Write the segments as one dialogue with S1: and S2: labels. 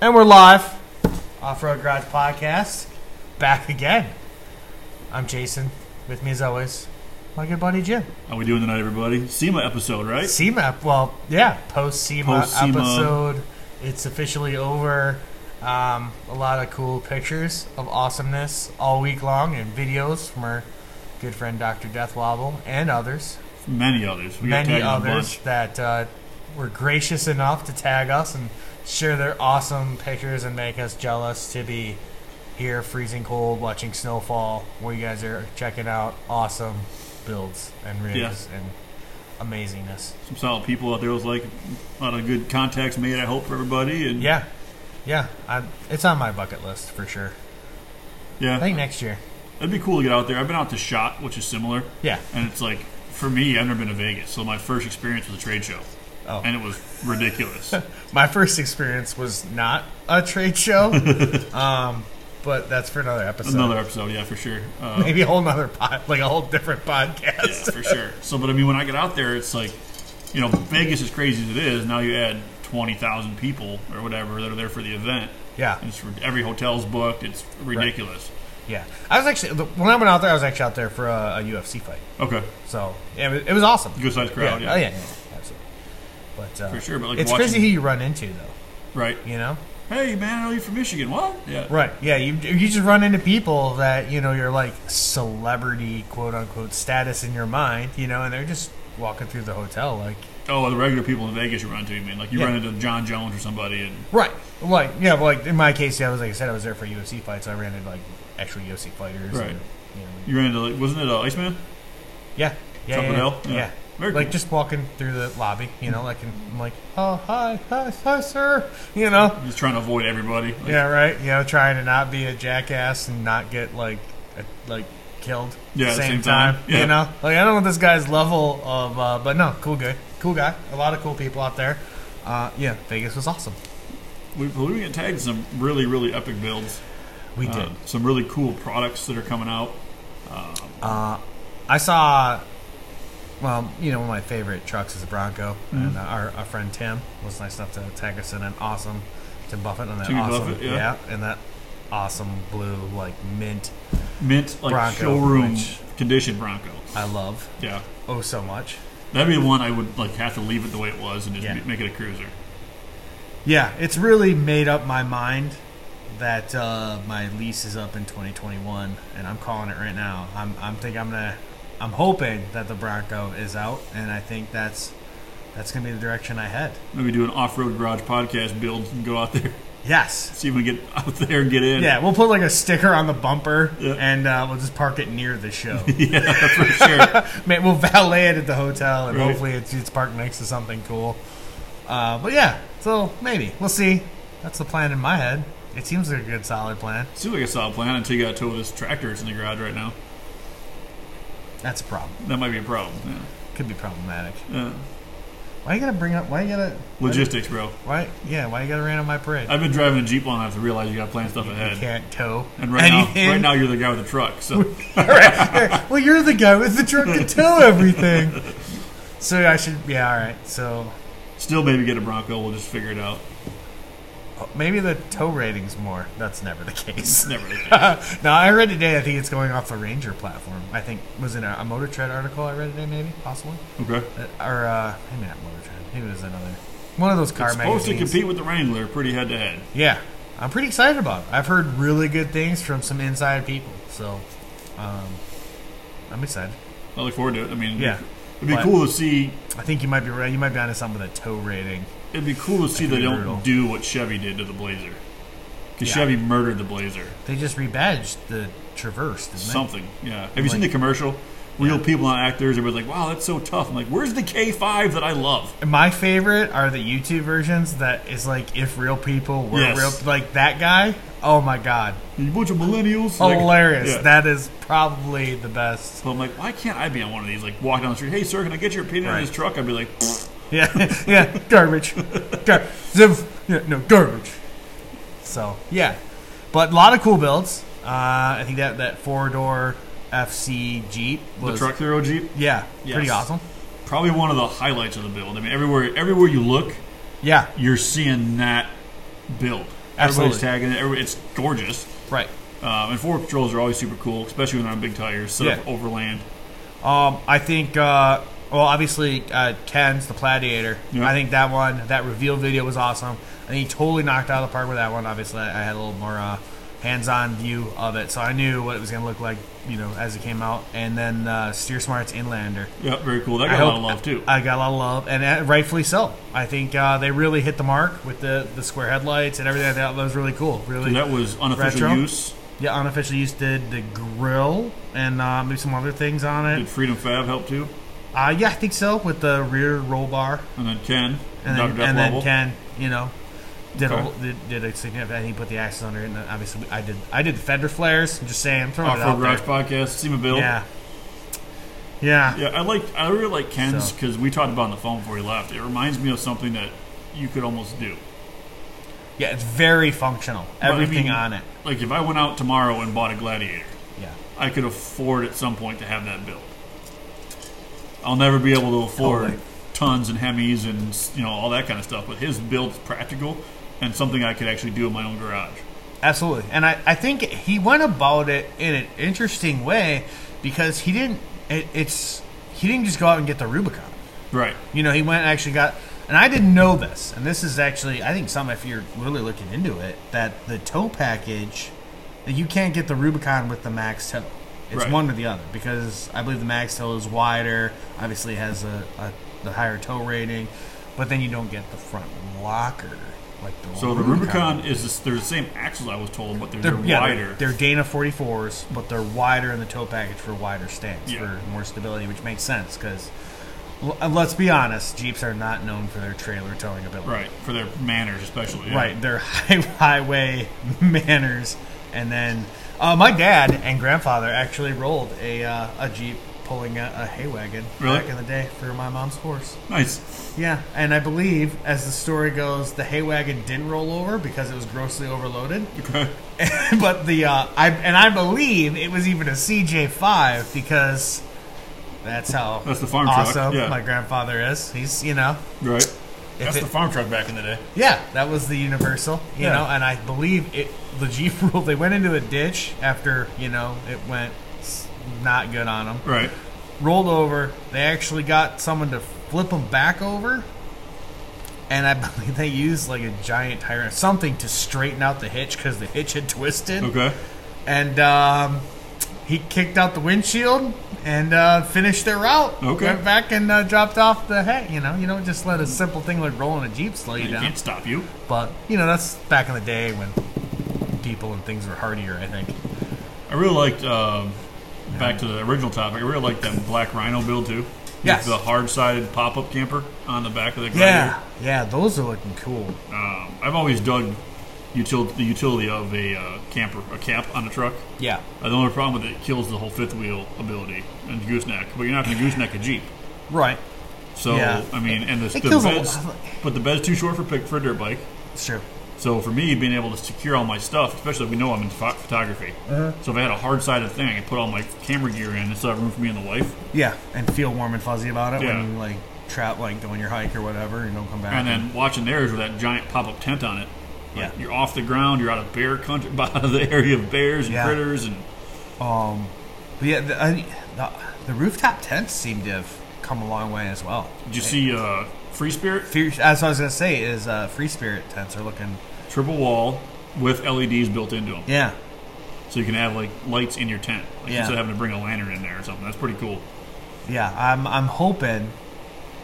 S1: And we're live. Off Road Garage Podcast. Back again. I'm Jason. With me as always, my good buddy Jim.
S2: How we doing tonight, everybody? SEMA episode, right?
S1: CMAP, well, yeah, post CMAP
S2: Post-SEMA.
S1: episode. It's officially over. Um, a lot of cool pictures of awesomeness all week long and videos from our good friend Dr. Deathwobble and others.
S2: Many others. We got
S1: many
S2: tagged in a
S1: others
S2: bunch.
S1: that uh, were gracious enough to tag us and share their awesome pictures and make us jealous to be here freezing cold watching snowfall where you guys are checking out awesome builds and rigs and amazingness.
S2: Some solid people out there was like a lot of good contacts made. I hope for everybody. And
S1: Yeah, yeah, I, it's on my bucket list for sure. I
S2: yeah,
S1: think next year.
S2: it'd be cool to get out there. I've been out to Shot, which is similar,
S1: Yeah.
S2: and it's like for me, I've never been to Vegas, so my first experience was a trade show,
S1: Oh.
S2: and it was ridiculous.
S1: My first experience was not a trade show, um, but that's for another episode.
S2: Another episode, yeah, for sure. Uh,
S1: Maybe a whole nother pod, like a whole different
S2: yeah,
S1: podcast.
S2: for sure. So, but I mean, when I get out there, it's like, you know, Vegas is crazy as it is. Now you add twenty thousand people or whatever that are there for the event.
S1: Yeah.
S2: And it's, every hotel's booked. It's ridiculous.
S1: Yeah, I was actually the- when I went out there, I was actually out there for a, a UFC fight.
S2: Okay.
S1: So yeah, it was, it was awesome.
S2: Good sized crowd, yeah.
S1: Oh yeah, yeah, absolutely. But uh,
S2: For sure, but, like,
S1: it's
S2: watching-
S1: crazy who you run into though.
S2: Right.
S1: You know,
S2: Hey, man, I know you from Michigan. What? Yeah.
S1: right? Yeah, you you just run into people that you know you're like celebrity quote unquote status in your mind, you know, and they're just walking through the hotel like
S2: Oh, the regular people in Vegas you run into, you mean? Like you
S1: Yeah.
S2: run into John Jones or somebody, and
S1: right, like yeah, but, like in my case, yeah, I was like I said, I was there for UFC fights. I ran into like actual UFC fighters.
S2: Right.
S1: and, you know,
S2: you ran into, like, wasn't it uh, Iceman?
S1: Yeah. Yeah.
S2: Something
S1: yeah, yeah.
S2: else? Yeah.
S1: Yeah.
S2: Very
S1: like
S2: cool.
S1: just walking through the lobby, you know, like and I'm like, oh hi, hi, hi, sir, you know.
S2: Just trying to avoid everybody. Like,
S1: Yeah, right. You know, trying to not be a jackass and not get like, a, like killed.
S2: Yeah,
S1: At the same, time.
S2: yeah.
S1: You know, like I don't know what this guy's level of, uh, but no, cool guy, cool guy. A lot of cool people out there. Uh, yeah, Vegas was awesome.
S2: We, we get tagged in some really, really epic builds.
S1: We
S2: Uh,
S1: did.
S2: some really cool products that are coming out.
S1: I saw, well, you know, one of my favorite trucks is a Bronco, and uh, our, our friend Tim was nice enough to tag us in an awesome Tim Buffett on that
S2: Timmy
S1: awesome,
S2: Buffett, yeah.
S1: and that awesome blue like mint
S2: Mint, like
S1: Bronco,
S2: showroom
S1: which-
S2: condition Bronco.
S1: I love
S2: Yeah.
S1: oh so much.
S2: That'd be the one I would like have to leave it the way it was and just
S1: Yeah.
S2: ma- make it a cruiser.
S1: Yeah, it's really made up my mind that uh, my lease is up in 2021, and I'm calling it right now. I'm I'm think I'm gonna I'm hoping that the Bronco is out, and I think that's that's gonna be the direction I head.
S2: Maybe do an off-road garage podcast build and go out there,
S1: Yes.
S2: see if we can get out there and get in.
S1: Yeah, we'll put like a sticker on the bumper,
S2: Yeah.
S1: and uh, we'll just park it near the show.
S2: yeah, for sure.
S1: Man, we'll valet it at the hotel, and
S2: Right.
S1: hopefully it's, it's parked next to something cool. Uh, but yeah, so maybe we'll see. That's the plan in my head. It seems like a good, solid plan.
S2: Seems like a solid plan until you got to tow this tractor that's in the garage right now.
S1: That's a problem.
S2: That might be a problem. Yeah.
S1: Could be problematic.
S2: Yeah.
S1: Why you gotta bring up? Why you gotta?
S2: Logistics, bro.
S1: Why? Yeah, why you gotta rain on my parade?
S2: I've been driving a Jeep long enough to realize you got to plan stuff
S1: you
S2: ahead.
S1: can't tow.
S2: And right now,
S1: anything.
S2: right now you're the guy with the truck. So
S1: well, you're the guy with the truck to tow everything. So I should. Yeah, all right. So
S2: still maybe get a Bronco. We'll just figure it out.
S1: Maybe the tow rating's more. That's never the case.
S2: Never. really did.
S1: now I read today. I think it's going off the Ranger platform. I think was in a, a Motor Trend article I read today, maybe possibly,
S2: Okay.
S1: Uh, or uh, maybe not Motor Trend. Maybe it was another one of those car
S2: It's supposed to
S1: magazines.
S2: compete with the Wrangler pretty head to head.
S1: Yeah, I'm pretty excited about it. I've heard really good things from some inside people, so um, I'm excited.
S2: I look forward to it. I mean, it'd be-
S1: Yeah.
S2: it'd be
S1: But-
S2: cool to see.
S1: I think you might be right. You might be onto something with a tow rating.
S2: It'd be cool to see
S1: could
S2: they
S1: be
S2: don't
S1: brutal.
S2: do what Chevy did to the Blazer. Because
S1: Yeah.
S2: Chevy murdered the Blazer.
S1: They just rebadged the Traverse, didn't they?
S2: Something. Yeah. Have you seen the
S1: Like-
S2: commercial? Real people, not actors. Everybody's like, "Wow, that's so tough." I'm like, "Where's the K5 that I love?"
S1: My favorite are the YouTube versions that is like if real people were
S2: Yes.
S1: real like that guy. Oh my god.
S2: You bunch of millennials.
S1: Hilarious.
S2: Like, yeah.
S1: That is probably the best.
S2: So I'm like, why can't I be on one of these? Like, walk down the street, hey, sir, can I get your opinion on
S1: Right.
S2: this truck? I'd be like, "Pfft,
S1: Yeah. yeah. Garbage. Gar- ziv- yeah, no, garbage. So yeah. But a lot of cool builds. Uh, I think that, that four door FC Jeep
S2: the
S1: was
S2: truck hero Jeep.
S1: yeah,
S2: Yes.
S1: pretty awesome.
S2: Probably one of the highlights of the build. I mean, everywhere, everywhere you look,
S1: Yeah.
S2: you're seeing that build. Everybody's
S1: Absolutely.
S2: tagging it. Everybody, it's gorgeous.
S1: Right.
S2: Um, and four patrols are always super cool, especially when they're on big tires, set up
S1: Yeah.
S2: overland.
S1: Um, I think. Uh, well, obviously, uh, Ken's the Gladiator.
S2: Yeah.
S1: I think that one, that reveal video was awesome. I think he totally knocked it out of the park with that one. Obviously, I I had a little more uh, hands-on view of it, so I knew what it was going to look like, you know, as it came out. And then uh, Steer Smart's Inlander.
S2: Yep, very cool. That
S1: I
S2: got a lot of
S1: hope-
S2: love too.
S1: I got a lot of love, and uh, rightfully so. I think uh, they really hit the mark with the, the square headlights and everything. I thought that was really cool. Really,
S2: And that was unofficial
S1: Retro?
S2: use.
S1: yeah. Unofficial use did the grill and uh, maybe some other things on
S2: Did
S1: it.
S2: Freedom Fab help too?
S1: Uh, yeah, I think so with the rear roll bar,
S2: And then Ken,
S1: and then,
S2: Dr. Death
S1: and then
S2: Level.
S1: Ken, you know, did
S2: Okay.
S1: a did, did a significant. and He put the axles under it, and then obviously I did. I did the fender flares. I'm just saying, I'm throwing
S2: Off
S1: it
S2: Road
S1: out
S2: Oh, Garage
S1: there.
S2: Podcast, SEMA Bill.
S1: Yeah, yeah,
S2: Yeah, I like. I really like Ken's
S1: So-
S2: because we talked about it on the phone before he left. It reminds me of something that you could almost do.
S1: yeah. It's very functional.
S2: But, I
S1: Everything
S2: mean,
S1: on it.
S2: Like if I went out tomorrow and bought a Gladiator,
S1: Yeah.
S2: I could afford at some point to have that built. I'll never be able to afford
S1: Totally.
S2: tons and Hemis and you know all that kind of stuff. But his build's practical and something I could actually do in my own garage.
S1: Absolutely. And I, I think he went about it in an interesting way because he didn't it, it's he didn't just go out and get the Rubicon.
S2: Right.
S1: You know, he went and actually got and I didn't know this, and this is actually I think some if you're really looking into it, that the tow package that you can't get the Rubicon with the max tow. It's
S2: Right.
S1: one or the other because I believe the max tow is wider, obviously has a, a the higher tow rating, but then you don't get the front locker like the
S2: So the Rubicon is this, they're the same axles I was told, but they're,
S1: they're,
S2: they're,
S1: yeah,
S2: wider.
S1: They're, they're Dana 44s, but they're wider in the toe package for wider stance
S2: Yeah.
S1: for more stability, which makes sense because let's be honest, Jeeps are not known for their trailer towing ability.
S2: right for their manners, especially. yeah.
S1: Right, they're high, highway manners, and then uh, my dad and grandfather actually rolled a uh, a Jeep pulling a, a hay wagon
S2: Really?
S1: back in the day for my mom's horse.
S2: Nice.
S1: Yeah, and I believe, as the story goes, the hay wagon didn't roll over because it was grossly overloaded.
S2: Okay.
S1: but the uh, I and I believe it was even a CJ five because that's how
S2: That's the farm truck,
S1: awesome
S2: yeah.
S1: my grandfather is. He's you know
S2: Right. That's
S1: it-
S2: the farm truck back in the day.
S1: yeah that was the universal you
S2: Yeah.
S1: know and I believe it the Jeep rule they went into a ditch after you know it went s- not good on them
S2: Right.
S1: rolled over they actually got someone to flip them back over. And I believe they used like a giant tire or something to straighten out the hitch because the hitch had twisted
S2: Okay.
S1: and um, he kicked out the windshield and uh, finished their route.
S2: Okay.
S1: Went back and uh, dropped off the hay. You know, you don't just let a simple thing like rolling a jeep slow you
S2: You
S1: down.
S2: can't stop you.
S1: But you know, that's back in the day when people and things were hardier. I think.
S2: I really liked. Um, back to the original topic. I really liked that black Rhino build too. With
S1: Yes.
S2: The hard-sided pop-up camper on the back of the
S1: Yeah,
S2: Gladiator.
S1: yeah, those are looking cool.
S2: Um, I've always dug util- the utility of a uh, camper, a cap on a truck.
S1: Yeah,
S2: Uh, the only problem with it, it kills the whole fifth wheel ability and gooseneck. But you're not going to gooseneck a Jeep.
S1: right.
S2: So
S1: Yeah.
S2: I mean, and the,
S1: It
S2: the
S1: kills a
S2: bed's,
S1: lot.
S2: but the bed's too short for pick for a dirt bike.
S1: It's true.
S2: So for me, being able to secure all my stuff, especially if we know I'm in pho- photography,
S1: Uh-huh.
S2: so if I had a hard sided thing, I could put all my camera gear in and still have room for me and the wife.
S1: Yeah, and feel warm and fuzzy about it
S2: Yeah.
S1: when you like trap, like go on your hike or whatever, and don't come back.
S2: And then watching theirs with that giant pop up tent on it.
S1: Yeah.
S2: Like, you're off the ground. You're out of bear country, out of the area of bears and
S1: Yeah.
S2: critters, and
S1: Um, but yeah, the, I, the, the rooftop tents seem to have come a long way as well.
S2: did you see uh, Free Spirit
S1: Fear, that's what I was gonna say. Is uh, free spirit tents are looking.
S2: triple wall with LEDs built into them,
S1: Yeah,
S2: so you can have like lights in your tent like,
S1: Yeah.
S2: instead of having to bring a lantern in there or something. That's pretty cool.
S1: yeah. I'm I'm hoping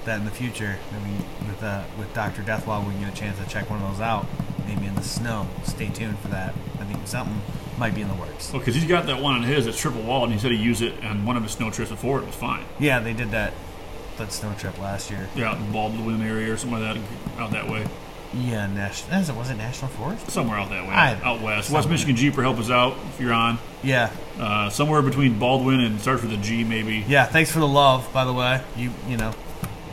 S1: that in the future, I mean, with uh, with Doctor Deathlaw, we can get a chance to check one of those out. Maybe in the snow. Stay tuned for that. I think something might be in the works.
S2: Well, because he's got that one on his that's triple wall, and he said he used it on one of his snow trips before. It was fine.
S1: Yeah, they did that that snow trip last year.
S2: Yeah, out in Baldwin area or somewhere that out that way,
S1: Yeah, national. Is it was it National Forest?
S2: somewhere out that way,
S1: I-
S2: out west. West
S1: somewhere.
S2: Michigan Jeeper, help us out if you're on.
S1: Yeah,
S2: Uh, somewhere between Baldwin and starts with a G, maybe.
S1: Yeah, thanks for the love, by the way. You you know,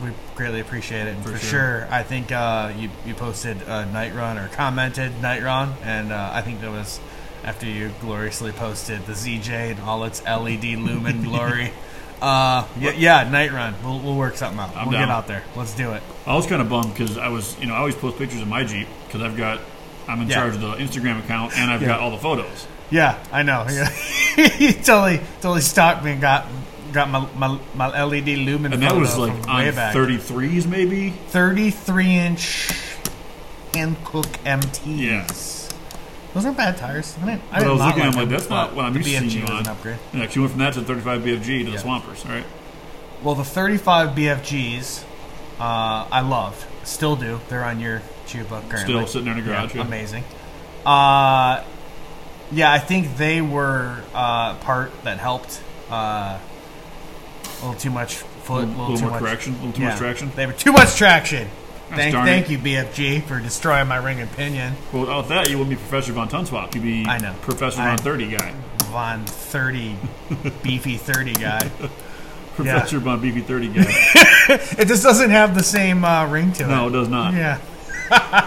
S1: we greatly appreciate it. And
S2: For
S1: for,
S2: sure.
S1: sure. I think uh, you you posted uh, night run or commented night run, and uh, I think that was after you gloriously posted the ZJ and all its LED lumen glory. Uh, yeah, yeah, night run. We'll, we'll work something out.
S2: I'm
S1: we'll
S2: down.
S1: get out there. Let's do it.
S2: I was kind of bummed because I was, you know, I always post pictures of my Jeep because I've got I'm in
S1: Yeah.
S2: charge of the Instagram account, and I've
S1: Yeah.
S2: got all the photos.
S1: Yeah, I know. Yeah. he totally, totally stopped me and got got my my, my LED lumen.
S2: And that
S1: photo
S2: was like
S1: from
S2: on
S1: way back.
S2: 33s, maybe.
S1: 33 inch Hankook MTs. Those aren't bad tires. I, didn't, I,
S2: But I
S1: did
S2: was
S1: not
S2: looking,
S1: like
S2: I'm
S1: them,
S2: like, that's not
S1: but
S2: what I'm
S1: the
S2: used to seeing
S1: BFG
S2: you
S1: was
S2: on.
S1: an upgrade.
S2: Yeah, she went from that to 35 BFG to the
S1: Yeah.
S2: Swampers. All right.
S1: Well, the 35 BFGs, uh, I loved. Still do. They're on your Chuba currently.
S2: Still sitting there in the garage.
S1: Yeah,
S2: Yeah.
S1: amazing. Uh, yeah, I think they were uh, part that helped. Uh, a little too much
S2: A
S1: foot, a little,
S2: little, little
S1: too
S2: more
S1: much
S2: correction, a little too
S1: yeah,
S2: much traction.
S1: They were too much traction.
S2: Gosh
S1: Thank,
S2: darn
S1: thank
S2: it.
S1: you, BFG, for destroying my ring and pinion.
S2: Well, without that, you wouldn't be Professor Von Tunswap. You'd be
S1: I know.
S2: Professor
S1: I-
S2: Von 30 guy.
S1: Von 30, beefy 30 guy.
S2: Professor Von Beefy 30 guy.
S1: It just doesn't have the same uh, ring to it.
S2: no, it does not.
S1: Yeah.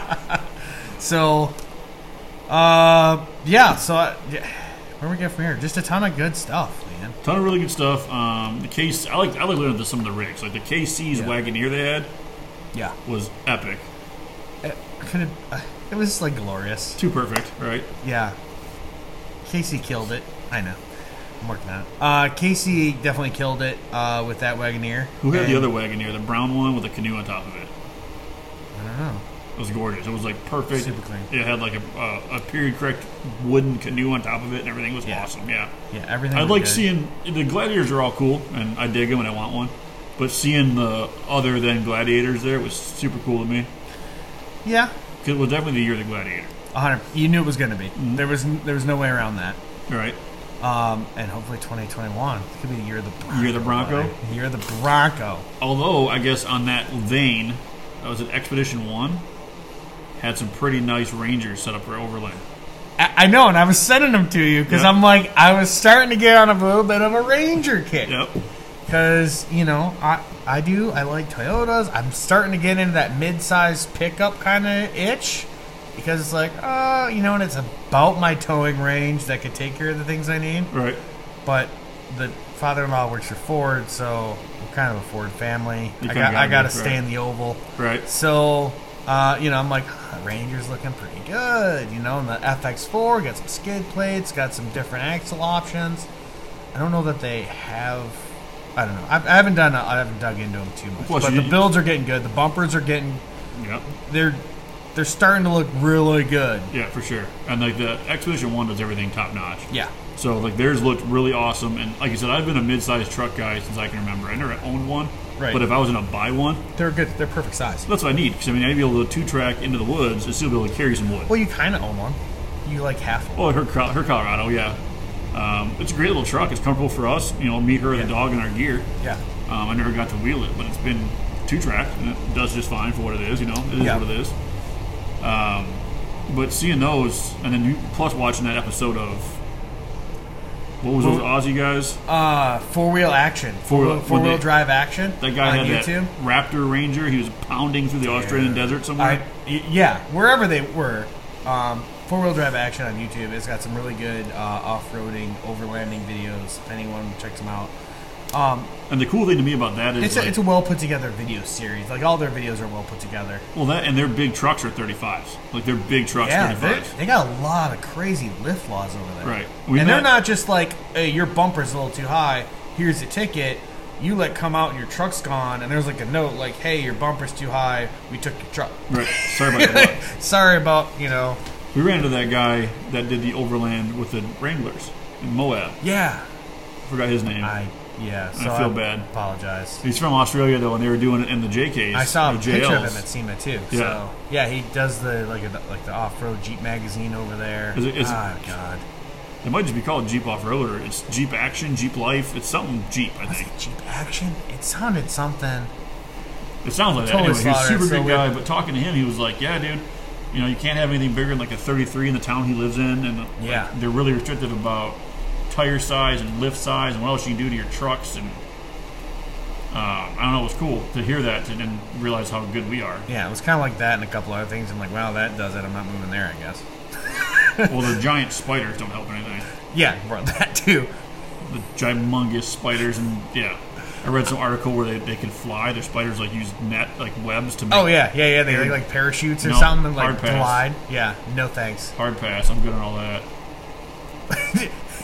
S1: so, uh, yeah. So, I, yeah. where we get from here? Just a ton of good stuff, man.
S2: Ton of really good stuff. Um, the case, I like, I like looking at some of the rigs. Like the KC's
S1: Yeah.
S2: Wagoneer they had
S1: Yeah.
S2: was epic.
S1: It, could have, uh, it was like glorious.
S2: Too perfect, right?
S1: Yeah. Casey killed it. I know. I'm working on it. Uh, Casey definitely killed it uh, with that Wagoneer.
S2: Who had
S1: And-
S2: the other Wagoneer? The brown one with a canoe on top of it.
S1: I don't know.
S2: It was gorgeous. It was like perfect.
S1: Oh. Super clean.
S2: It had like a, uh, a period correct wooden canoe on top of it, and everything was
S1: Yeah.
S2: awesome. Yeah.
S1: Yeah, everything.
S2: I
S1: was
S2: like
S1: good.
S2: seeing the gladiators are all cool, and I dig them, and I want one. But seeing the other than gladiators there was super cool to me.
S1: Yeah.
S2: 'Cause It was definitely the year of the gladiator,
S1: 100. You knew it was going to be.
S2: Mm-hmm.
S1: There was n- there was no way around that.
S2: right?
S1: Um, and hopefully 2021 could be the year of the Bronco.
S2: Year of the Bronco?
S1: buddy. The year of the Bronco.
S2: Although I guess on that vein, that was an Expedition One. Had some pretty nice rangers set up for overland.
S1: I, I know, and I was sending them to you because
S2: Yeah.
S1: I'm like, I was starting to get on a little bit of a Ranger kick
S2: Yep.
S1: because you know I I do I like Toyotas. I'm starting to get into that mid-size pickup kind of itch because it's like, uh, you know, and it's about my towing range that could take care of the things I need.
S2: Right.
S1: But the father-in-law works for Ford, so we're kind of a Ford family.
S2: You
S1: I
S2: kinda
S1: got I
S2: gotta
S1: got to
S2: be,
S1: stay
S2: right.
S1: in the oval.
S2: Right.
S1: So, uh, you know, I'm like, "Huh, Ranger's looking pretty good, you know, and the FX4 got some skid plates, got some different axle options. I don't know that they have. I don't know. I, I haven't done. I haven't dug into them too much.
S2: Plus,
S1: but
S2: you-
S1: the builds are getting good. The bumpers are getting.
S2: Yep.
S1: They're they're starting to look really good.
S2: Yeah, for sure. And like the Expedition One does everything top notch.
S1: Yeah.
S2: So like theirs looked really awesome, and like I said, I've been a mid-sized truck guy since I can remember. I never owned one,
S1: Right.
S2: but if I was gonna buy one,
S1: They're good. They're perfect size.
S2: that's what I need. Because I mean, I'd be able to two-track into the woods and still be able to carry some wood.
S1: Well, you kind of own one. You like half one.
S2: Oh, her, Col- her Colorado, yeah. Um, it's a great little truck. It's comfortable for us. You know, me, her,
S1: Yeah.
S2: the dog, and our gear.
S1: Yeah.
S2: Um, I never got to wheel it, but it's been two-track, and it does just fine for what it is. You know, it is
S1: Yeah.
S2: what it is. Um, but seeing those, and then you, plus watching that episode of what was those Aussie guys?
S1: Uh, four wheel action. Four
S2: Four-wheel-
S1: wheel four
S2: when
S1: wheel
S2: they-
S1: drive action.
S2: That guy
S1: on
S2: had
S1: YouTube.
S2: that Raptor Ranger. He was pounding through the Australian desert
S1: I
S2: somewhere.
S1: y yeah, wherever they were, um, four wheel drive action on YouTube. It's got some really good uh, off roading, overlanding videos. If anyone checks them out, um,
S2: and the cool thing to me about that is,
S1: it's a,
S2: like,
S1: it's a well put together video series. Like all their videos are well put together.
S2: well, that and their big trucks are 35s. Like they're big trucks,
S1: Yeah, they
S2: 35s.
S1: they got a lot of crazy lift laws over there.
S2: Right. We
S1: and they're
S2: met-
S1: not just like hey, your bumper's a little too high. Here's a ticket. You let come out and your truck's gone, and there's like a note like, "Hey, your bumper's too high. We took your truck.
S2: Right. Sorry about that.
S1: Sorry about you know."
S2: We ran into that guy that did the overland with the Wranglers in Moab.
S1: Yeah,
S2: Forgot his name.
S1: I yeah. So
S2: feel bad.
S1: Apologize.
S2: He's from Australia though, and they were doing it in the JKs.
S1: I saw a
S2: or
S1: picture of
S2: JLs.
S1: him at SEMA too.
S2: Yeah.
S1: So yeah, he does the like a, like the off road Jeep magazine over there.
S2: Is it- is it-
S1: oh god,
S2: It might just be called Jeep Off Roader. It's Jeep Action, Jeep Life. It's something Jeep, I
S1: was
S2: think.
S1: it Jeep Action? It sounded something.
S2: It sounds like that.
S1: Totally
S2: anyway, he was a
S1: slaughtered,
S2: super
S1: so
S2: good
S1: we-
S2: guy, but talking to him, he was like, "Yeah, dude, you know, you can't have anything bigger than like a 33 in the town he lives in, and like,
S1: Yeah.
S2: they're really restrictive about tire size and lift size and what else you can do to your trucks." And um, I don't know, it was cool to hear that and then realize how good we are.
S1: Yeah, it was kind of like that and a couple other things. I'm like, wow, that does it. I'm not moving there, I guess.
S2: well, the giant spiders don't help anything.
S1: Yeah, brought that too.
S2: The gimongous spiders and yeah, I read some article where they, they can fly. Their spiders like use net like webs to make
S1: Oh yeah, yeah, yeah. They like, like parachutes or
S2: No,
S1: something and like
S2: hard pass.
S1: glide. Yeah, no thanks.
S2: hard pass. I'm good on all that.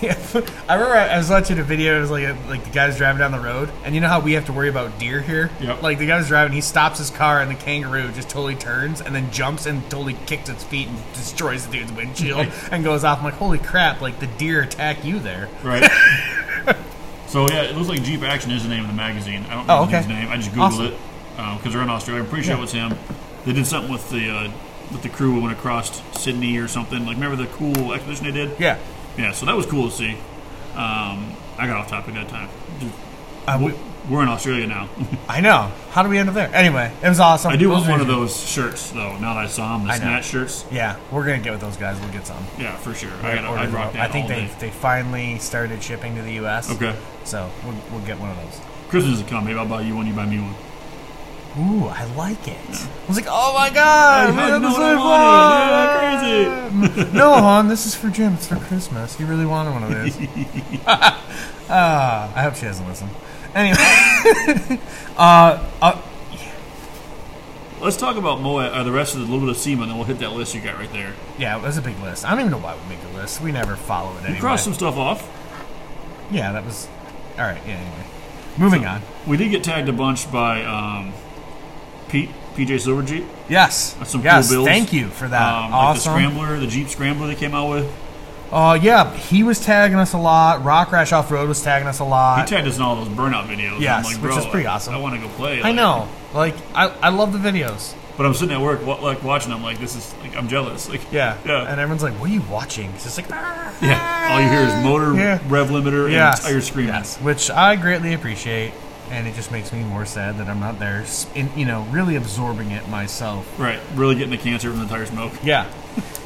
S1: Yeah, I remember I I was watching a video. It was like a, like the guy was driving down the road, and you know how we have to worry about deer here.
S2: Yep.
S1: Like the guy was driving, he stops his car, and the kangaroo just totally turns and then jumps and totally kicks its feet and destroys the dude's windshield and goes off. I'm like, holy crap! Like the deer attack you there.
S2: Right. so yeah, it looks like Jeep Action is the name of the magazine. I don't know
S1: Oh,
S2: the dude's
S1: okay.
S2: name. I just googled
S1: Awesome.
S2: it because they're in Australia. I'm pretty sure
S1: Yeah.
S2: it was him. They did something with the uh, with the crew who went across Sydney or something. Like remember the cool expedition they did?
S1: Yeah.
S2: Yeah. So that was cool to see. Um, I got off topic that time.
S1: Uh, we,
S2: We're in Australia now.
S1: I know. How do we end up there? Anyway, it was awesome.
S2: I do
S1: Those
S2: want one of
S1: were-
S2: those shirts though. Now that I saw them, the
S1: I know.
S2: snatch shirts.
S1: Yeah, we're gonna get with those guys. We'll get some.
S2: Yeah, for sure. I gotta,
S1: Order
S2: I'd
S1: them
S2: rock
S1: up.
S2: that
S1: I think
S2: all
S1: they
S2: day.
S1: they finally started shipping to the U.S.
S2: Okay.
S1: So we'll, we'll get one of those.
S2: Christmas is coming. Maybe I'll buy you one. You buy me one.
S1: Ooh, I like it. I was like, oh my god,
S2: I had
S1: man,
S2: no
S1: this is so
S2: money. Yeah,
S1: fun. no, hon, this is for Jim. It's for Christmas. You really wanted one of these. Ah, I hope she doesn't listen. Anyway, uh, uh,
S2: Let's talk about Moab, uh, the rest of the little bit of SEMA, and then we'll hit that list you got right there.
S1: yeah, that's a big list. I don't even know why we make a list. We never follow it anyway.
S2: We crossed some stuff off.
S1: yeah, that was all right. Yeah, anyway, moving on.
S2: We did get tagged a bunch by um, Pete, PJ Silver Jeep.
S1: Yes,
S2: That's some
S1: yes.
S2: cool builds.
S1: Thank you for that.
S2: Um, Like the
S1: Uh, awesome.
S2: Scrambler, the Jeep Scrambler they came out with.
S1: uh, yeah, he was tagging us a lot. Rock Rash Off Road was tagging us a lot.
S2: He tagged us in all those burnout videos.
S1: Uh, Yes,
S2: I'm like,
S1: which
S2: bro,
S1: is pretty
S2: I-
S1: awesome.
S2: I, want to go play.
S1: I
S2: like-
S1: know. Like, I, I love the videos.
S2: But I'm sitting at work wa- like watching them, like, this is, like, I'm jealous. Like,
S1: Yeah.
S2: Yeah.
S1: And everyone's like, what are you watching? It's just like, "Ah."
S2: Yeah. All you hear is motor,
S1: Yeah.
S2: rev limiter,
S1: Yes.
S2: and tire screaming.
S1: Yes. Which I greatly appreciate. And it just makes me more sad that I'm not there, s- in, you know, really absorbing it myself.
S2: Right. Really getting the cancer from the tire smoke.
S1: Yeah.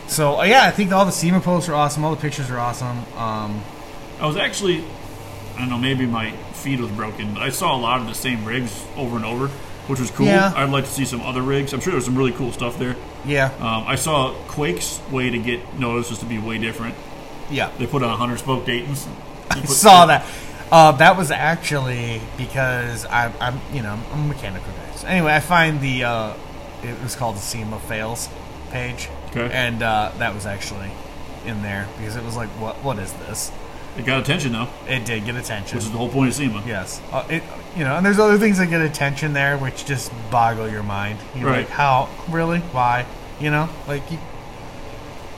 S1: so, uh, yeah, I think all the SEMA posts are awesome. All the pictures are awesome. Um,
S2: I was actually, I don't know, maybe my feed was broken, but I saw a lot of the same rigs over and over, which was cool.
S1: Yeah.
S2: I'd like to see some other rigs. I'm sure there's some really cool stuff there.
S1: yeah.
S2: Um, I saw Quake's way to get noticed was to be way different.
S1: yeah.
S2: They put on 100 spoke Dayton's. I
S1: saw that. Uh, that was actually because I'm, I'm, you know, I'm a mechanical guy. So anyway, I find the uh, it was called the SEMA fails page,
S2: Okay.
S1: and uh, that was actually in there because it was like, what, what is this?
S2: It got attention though,
S1: It did get attention.
S2: which is the whole point of SEMA.
S1: yes, uh, it, you know, and there's other things that get attention there, which just boggle your mind. You're
S2: Right.
S1: like, how, really, why? You know, like you,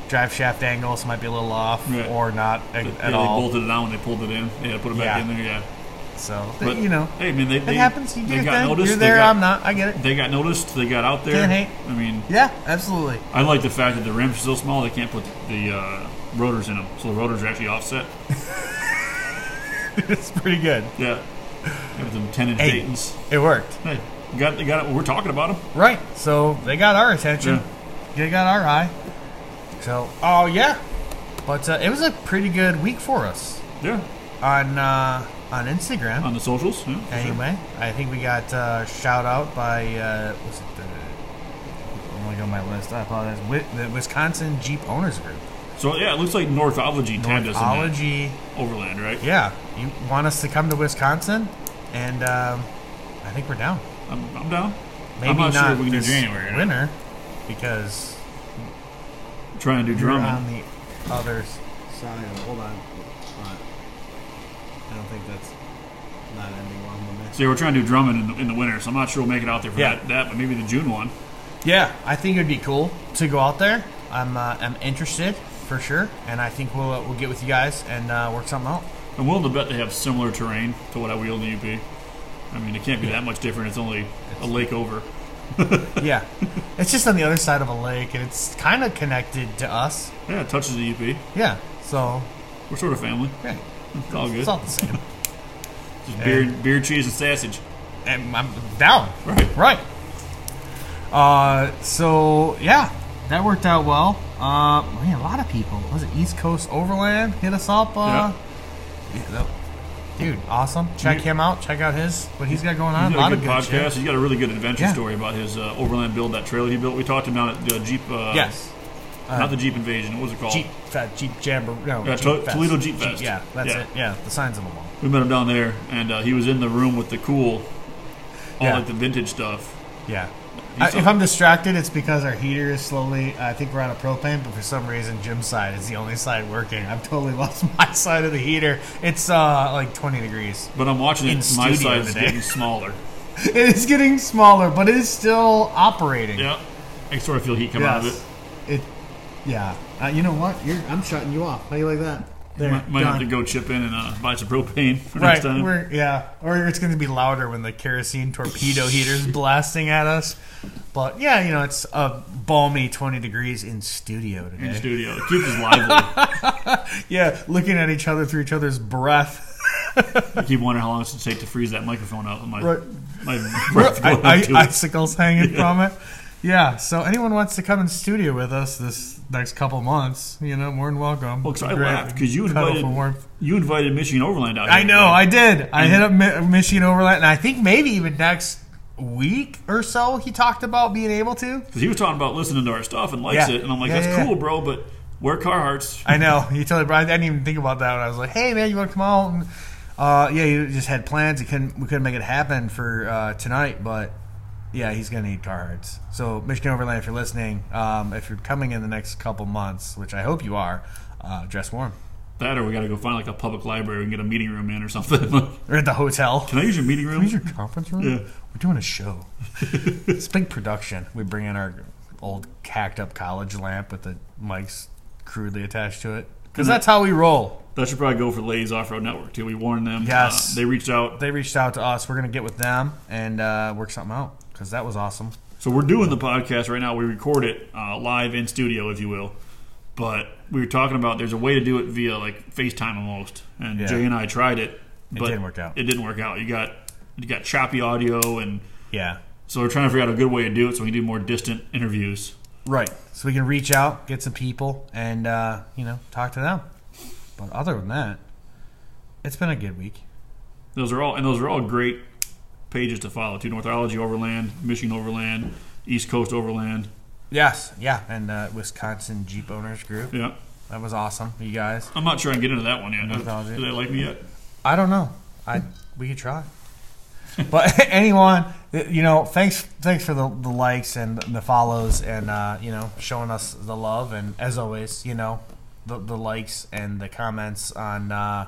S1: drive shaft angles might be a little off
S2: Right.
S1: or not at,
S2: They,
S1: at
S2: they
S1: all.
S2: bolted it down when they pulled it in. They had to put it back
S1: Yeah.
S2: in there. Yeah,
S1: So
S2: but
S1: you know.
S2: hey man, they, they
S1: It happens. You do
S2: they
S1: your
S2: got
S1: thing.
S2: noticed.
S1: You're
S2: they
S1: there.
S2: got-
S1: I'm not. I get it.
S2: They got noticed. They got out there.
S1: Can't hate.
S2: I mean,
S1: Yeah, absolutely.
S2: I like the fact that the rims are so small they can't put the uh, rotors in them, so the rotors are actually offset.
S1: it's pretty good.
S2: Yeah, have them ten inch
S1: Hey.
S2: Dayton's.
S1: It worked.
S2: Hey, you got you got it. We're talking about them.
S1: Right. So they got our attention. They got our eye. So, oh yeah. But uh, it was a pretty good week for us
S2: Yeah,
S1: on uh, on Instagram.
S2: on the socials. Yeah, Oh, for sure.
S1: anyway, I think we got uh, shout out by uh, was it the? I'm gonna go on my list. I apologize. Wi- the Wisconsin Jeep Owners Group.
S2: So yeah, it looks like Northology tagged us in
S1: Ology.
S2: that Overland, right?
S1: Yeah. You want us to come to Wisconsin? And um, I think we're down.
S2: I'm, I'm down.
S1: Maybe
S2: I'm not, sure if we can do
S1: this
S2: January.
S1: winter because
S2: Trying to do
S1: we're
S2: drumming.
S1: on the other s- side. Of, hold on, hold on. I don't think that's not ending well. on this.
S2: so yeah, we're trying to do drumming in the, in the winter. So I'm not sure we'll make it out there for
S1: Yeah.
S2: that, that, but maybe the June one.
S1: Yeah, I think it'd be cool to go out there. I'm uh, I'm interested for sure, and I think we'll uh, we'll get with you guys and uh, work something out.
S2: I'm willing to bet they have similar terrain to what I wheel in the UP. I mean, it can't be that much different. It's only a lake over.
S1: yeah, it's just on the other side of a lake, and it's kind of connected to us.
S2: Yeah, it touches the UP.
S1: Yeah, so
S2: We're sort of family.
S1: yeah,
S2: It's all good.
S1: it's all the same.
S2: Just beer, beer, cheese, and sausage.
S1: and I'm down.
S2: Right.
S1: Right. Uh, so yeah, that worked out well. Uh, man, a lot of people. Was it East Coast Overland hit us up? Uh, yeah, that- dude, awesome. Check
S2: You-
S1: him out. Check out his what he's got going on. A
S2: He's got
S1: lot
S2: a
S1: of
S2: good
S1: good
S2: podcast.
S1: shit.
S2: He's got a really good adventure
S1: Yeah.
S2: story about his uh, overland build, that trailer he built. We talked to him down at the Jeep. Uh,
S1: Yes.
S2: Not the Jeep Invasion. What was it called?
S1: Jeep Fest, Jeep Jamboree. No,
S2: Yeah,
S1: Jeep
S2: Tol-
S1: Fest.
S2: Toledo Jeep Fest.
S1: yeah, that's
S2: Yeah.
S1: it. Yeah, the signs on the wall.
S2: We met him down there, and uh, he was in the room with the cool, all
S1: Yeah.
S2: like the vintage stuff.
S1: Yeah.
S2: You
S1: I,
S2: saw-
S1: if I'm distracted, it's because our heater is slowly. I think we're on a propane, but for some reason, Jim's side is the only side working. I've totally lost my side of the heater. It's uh, like 20 degrees.
S2: But I'm watching
S1: In
S2: it. My
S1: studio
S2: size is
S1: today.
S2: getting smaller.
S1: It is getting smaller, but it is still operating.
S2: Yeah, I sort of feel heat come out of it.
S1: Yes. It. Yeah. Uh, you know what? You're, I'm shutting you off. How do you like that? There.
S2: might might have to
S1: done.
S2: go chip in and uh, buy some propane for next
S1: Right,
S2: time.
S1: we're, yeah, or it's going to be louder when the kerosene torpedo heater's blasting at us. But yeah, you know, it's a balmy 20 degrees in studio today.
S2: in the studio. To keep us lively.
S1: Yeah, looking at each other through each other's breath.
S2: I keep wondering how long it's going to take to freeze that microphone out. My,
S1: Right.
S2: my
S1: I,
S2: breath going
S1: I-
S2: into it.
S1: icicles hanging from it. Yeah, so anyone wants to come in studio with us this next couple months, you know, more than welcome.
S2: Well, 'cause I
S1: Great
S2: laughed because you
S1: cuddle
S2: invited
S1: for warmth.
S2: you invited Michigan Overland out.
S1: I
S2: here.
S1: know, I did. I hit up Mi- Michigan Overland, and I think maybe even next week or so he talked about being able to.
S2: because he was talking about listening to our stuff and likes
S1: Yeah.
S2: it, and I'm like,
S1: Yeah,
S2: that's
S1: yeah,
S2: cool, bro. But wear Carhartts.
S1: I know. You totally Brian. I didn't even think about that. When I was like, "Hey, man, you want to come out?" And uh, yeah, you just had plans. You couldn't. We couldn't make it happen for uh, tonight, but yeah, he's gonna need cards. So Michigan Overland, if you're listening, um, if you're coming in the next couple months, which I hope you are, uh, dress warm.
S2: That or we got to go find like a public library and get a meeting room in or something. Like,
S1: Or at the hotel.
S2: Can I use your meeting room?
S1: Is your conference room?
S2: Yeah.
S1: We're doing a show. it's a big production. We bring in our old cacked up college lamp with the mics crudely attached to it. Because that's how we roll.
S2: That should probably go for Lay's Off Road Network too. We warned them.
S1: Yes.
S2: Uh, they reached out,
S1: they reached out to us. We're gonna get with them and uh, work something out because that was awesome.
S2: so we're doing the podcast right now. We record it uh, live in studio, if you will. But we were talking about there's a way to do it via like FaceTime almost, and
S1: Yeah.
S2: Jay and I tried it. But
S1: didn't work out.
S2: It didn't work out. You got you got choppy audio, and
S1: Yeah,
S2: so we're trying to figure out a good way to do it so we can do more distant interviews.
S1: right. So we can reach out, get some people, and uh, you know talk to them. But other than that, it's been a good week.
S2: Those are all and those are all great pages to follow too. Northology Overland, Michigan Overland, East Coast Overland.
S1: Yes, yeah, and uh, Wisconsin Jeep Owners Group.
S2: Yeah.
S1: That was awesome, you guys.
S2: I'm not sure I can get into that one yet.
S1: Northology.
S2: Do they like me yet?
S1: I don't know.
S2: Hmm.
S1: I we could try. But anyone, th- you know, thanks thanks for the, the likes and the follows and uh, you know showing us the love and as always, you know, the, the likes and the comments on uh,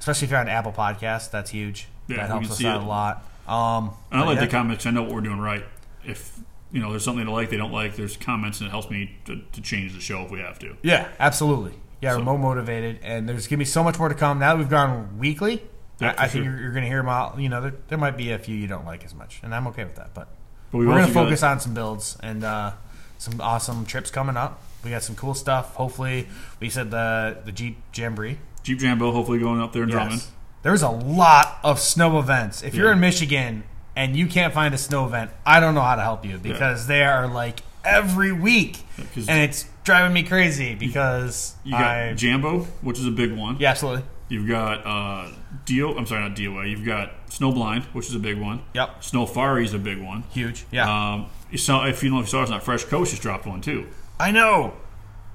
S1: especially if you're on Apple Podcast, that's huge.
S2: Yeah,
S1: that
S2: we
S1: helps
S2: can
S1: us
S2: see
S1: out
S2: it.
S1: a lot. Um,
S2: And I
S1: but
S2: like
S1: yeah.
S2: the comments. I know what we're doing right. If you know there's something to like, they don't like. There's comments, and it helps me to, to change the show if we have to.
S1: Yeah, absolutely. Yeah,
S2: So-
S1: we're more motivated, and there's gonna be so much more to come. Now that we've gone weekly,
S2: Yeah, for
S1: I, I think
S2: sure.
S1: you're, you're gonna hear them out. You know, there, there might be a few you don't like as much, and I'm okay with that. But,
S2: But
S1: we
S2: we've
S1: are
S2: also
S1: gonna
S2: got-
S1: focus on some builds and uh, some awesome trips coming up. We got some cool stuff. Hopefully, we said the the Jeep Jamboree.
S2: Jeep Jambo, hopefully going up there and drumming.
S1: Yes. There's a lot of snow events. If you're
S2: Yeah.
S1: in Michigan and you can't find a snow event, I don't know how to help you because they are like every week,
S2: 'cause-
S1: and it's driving me crazy because
S2: You got
S1: I
S2: Jambo, which is a big one.
S1: yeah, absolutely.
S2: You've got uh, Do. I'm sorry, not DOA. You've got Snowblind, which is a big one.
S1: Yep.
S2: Snowfari is a big one.
S1: Huge. Yeah.
S2: Um, you saw if you know if you saw it's not Fresh Coast just dropped one too,
S1: I know.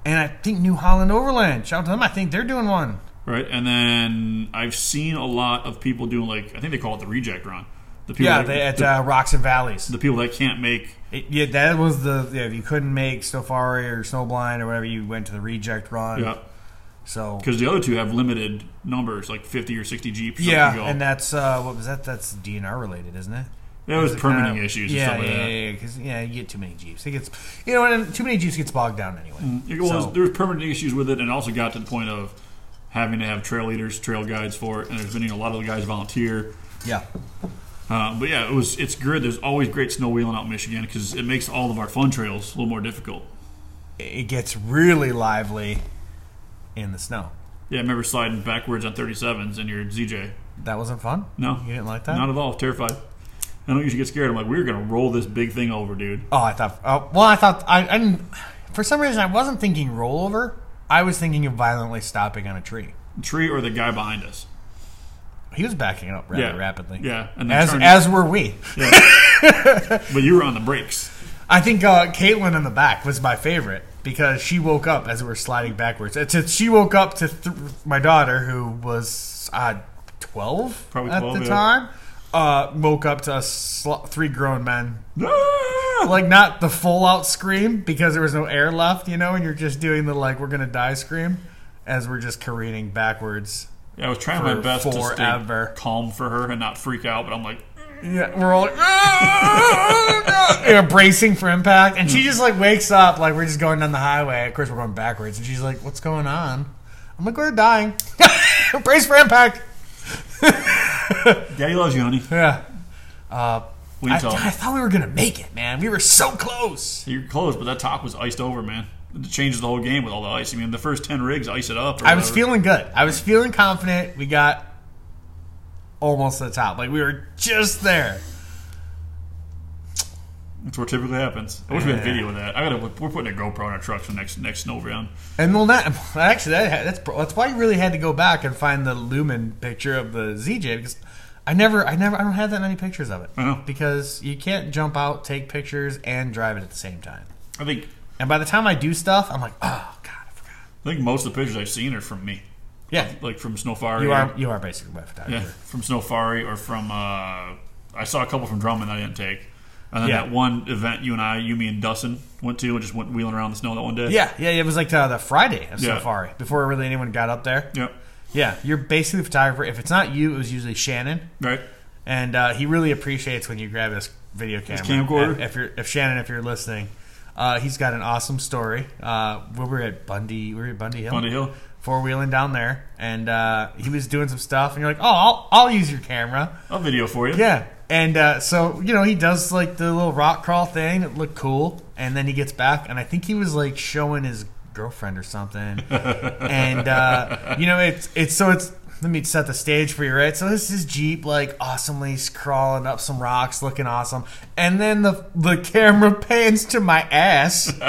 S1: And I think New Holland Overland. Shout out to them. I think they're doing one.
S2: right? And then I've seen a lot of people doing like I think they call it the reject run. The people
S1: Yeah,
S2: that,
S1: they at
S2: the,
S1: uh, Rocks and Valleys.
S2: the people that can't make
S1: It, yeah, that was the yeah. If you couldn't make Snowfari or Snowblind or whatever, you went to the Reject Run.
S2: yeah
S1: So
S2: because uh, the other two have limited numbers like 50 or 60 jeeps. or
S1: yeah,
S2: something to go.
S1: and that's uh, what was that? That's DNR related, isn't it?
S2: that was
S1: Is it
S2: permitting
S1: kinda-
S2: issues.
S1: Yeah,
S2: and stuff
S1: yeah,
S2: like that.
S1: yeah, Because yeah, you get too many jeeps. It gets you know, and too many jeeps gets bogged down anyway.
S2: It was,
S1: So-
S2: There was permanent issues with it, and it also got to the point of having to have trail leaders, trail guides for it, and there's been you know, a lot of the guys volunteer.
S1: yeah,
S2: Uh, but yeah, it was it's good. There's always great snow wheeling out in Michigan because it makes all of our fun trails a little more difficult.
S1: it gets really lively in the snow.
S2: Yeah, I remember sliding backwards on 37s in your ZJ.
S1: That wasn't fun.
S2: No,
S1: You didn't like that?
S2: Not at all. Terrified. I don't usually get scared. I'm like, we're gonna roll this big thing over, dude.
S1: Oh, I thought. Oh, well, I thought I, I didn't. For some reason, I wasn't thinking rollover. I was thinking of violently stopping on a tree.
S2: Tree or the guy behind us.
S1: He was backing up rather
S2: Yeah,
S1: rapidly.
S2: Yeah, and then
S1: As
S2: turn-
S1: as were we.
S2: but you were on the brakes.
S1: I think uh, Caitlin in the back was my favorite. because she woke up as we were sliding backwards. It's, it's, she woke up to th- my daughter, who was uh, 12
S2: Probably
S1: at
S2: 12,
S1: the
S2: yeah.
S1: time, uh, woke up to us sl- three grown men.
S2: Ah!
S1: Like, not the full out scream because there was no air left, you know, and you're just doing the like, we're going to die scream as we're just careening backwards.
S2: I was trying my
S1: For
S2: best to stay
S1: forever.
S2: calm for her and not freak out, but I'm like,
S1: Yeah, we're all like, "Ah!" you know, bracing for impact, and
S2: Mm.
S1: she just like wakes up, like we're just going down the highway. Of course, we're going backwards, and she's like, "What's going on?" I'm like, "We're dying." Brace for impact.
S2: Daddy loves you, honey.
S1: Yeah. Uh,
S2: We
S1: I,
S2: tell
S1: I
S2: him.
S1: thought we were gonna make it, man. We were so close.
S2: You're close, but that top was iced over, man. It changes the whole game with all the ice. I mean, the first 10 rigs ice it up. Or
S1: I was
S2: whatever.
S1: feeling good. I was feeling confident. We got almost to the top. Like we were just there.
S2: That's what typically happens. I wish we had
S1: Yeah.
S2: video of that. I gotta. We're putting a GoPro on our trucks for next next snow round.
S1: And well, not actually. That, that's that's why you really had to go back and find the lumen picture of the ZJ because I never, I never, I don't have that many pictures of it.
S2: I know.
S1: Because you can't jump out, take pictures, and drive it at the same time.
S2: I think
S1: And by the time I do stuff, I'm like, oh god, I forgot.
S2: I think most of the pictures I've seen are from me,
S1: Yeah,
S2: like from Snowfari.
S1: you are you are basically my
S2: yeah,
S1: photographer.
S2: from Snowfari or from. Uh, I saw a couple from Drummond that I didn't take, and then
S1: Yeah.
S2: that one event you and I, you, me, and Dustin went to and just went wheeling around the snow that one day.
S1: Yeah, yeah, it was like the, the Friday of
S2: Yeah.
S1: Safari before really anyone got up there.
S2: Yep.
S1: Yeah, you're basically the photographer. If it's not you, it was usually Shannon.
S2: Right.
S1: and uh, he really appreciates when you grab his video camera.
S2: camcorder?
S1: And If you're, if Shannon, if you're listening, uh, he's got an awesome story. Uh, we were at Bundy, we were at Bundy Hill,
S2: Bundy Hill.
S1: four wheeling down there, and uh, he was doing some stuff, and you're like, oh, I'll, I'll use your camera.
S2: I'll video for you.
S1: Yeah. And uh, so, you know, he does like the little rock crawl thing. It looked cool. And then he gets back, and I think he was like showing his girlfriend or something. and, uh, you know, it's, it's so it's, let me set the stage for you, right? So this is Jeep, like awesomely crawling up some rocks, looking awesome. And then the, the camera pans to my ass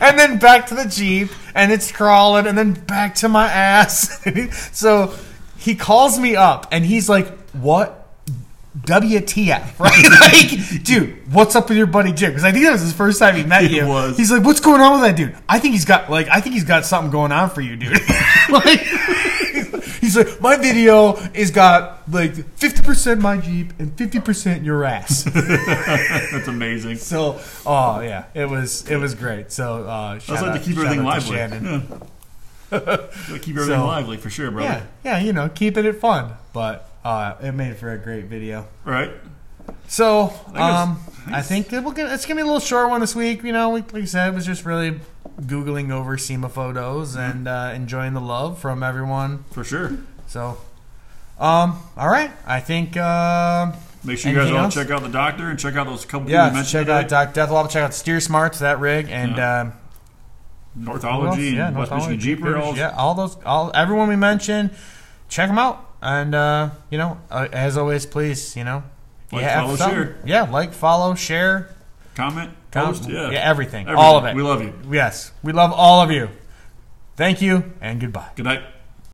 S1: and then back to the jeep and it's crawling and then back to my ass so he calls me up and he's like what WTF, right? like, dude, what's up with your buddy Jim? Because I think that was his first time he met
S2: It
S1: you.
S2: was.
S1: He's like, "What's going on with that dude? I think he's got like, I think he's got something going on for you, dude." like, he's like, "My video is got like fifty percent my Jeep and fifty percent your ass."
S2: That's amazing.
S1: So, oh yeah, it was it was great. So, uh, shout
S2: That's like
S1: out,
S2: to keep
S1: shout
S2: everything
S1: out
S2: lively.
S1: To Shannon.
S2: Yeah. Gotta keep everything
S1: So-
S2: lively for sure, brother.
S1: Yeah, yeah, you know, keeping it fun, but uh, it made for a great video.
S2: Right?
S1: So, um, I think that we'll get, it's gonna be a little short one this week. You know, we, like I said, it was just really googling over SEMA photos
S2: Mm-hmm.
S1: and uh, enjoying the love from everyone.
S2: For sure.
S1: So, um, all right, I think. um
S2: Make sure you guys
S1: Anything
S2: all
S1: else?
S2: check out the doctor and check out those couple people you
S1: yeah,
S2: mentioned.
S1: check out
S2: today.
S1: Doc Deathlob. Check out Steer Smarts, that rig, and
S2: Yeah.
S1: um, Who else?
S2: Northology and West
S1: North Island
S2: Michigan Jeeper.
S1: Jeepers.
S2: All
S1: Yeah, all those, all everyone we mentioned, check them out. And uh, you know, uh, as always, please, you know,
S2: Like,
S1: have
S2: follow,
S1: something.
S2: share.
S1: yeah, like, follow, share,
S2: Comment, post,
S1: com-
S2: yeah.
S1: everything,
S2: Everything.
S1: all of it.
S2: We love you.
S1: Yes, we love all of you. Thank you and goodbye.
S2: Good night.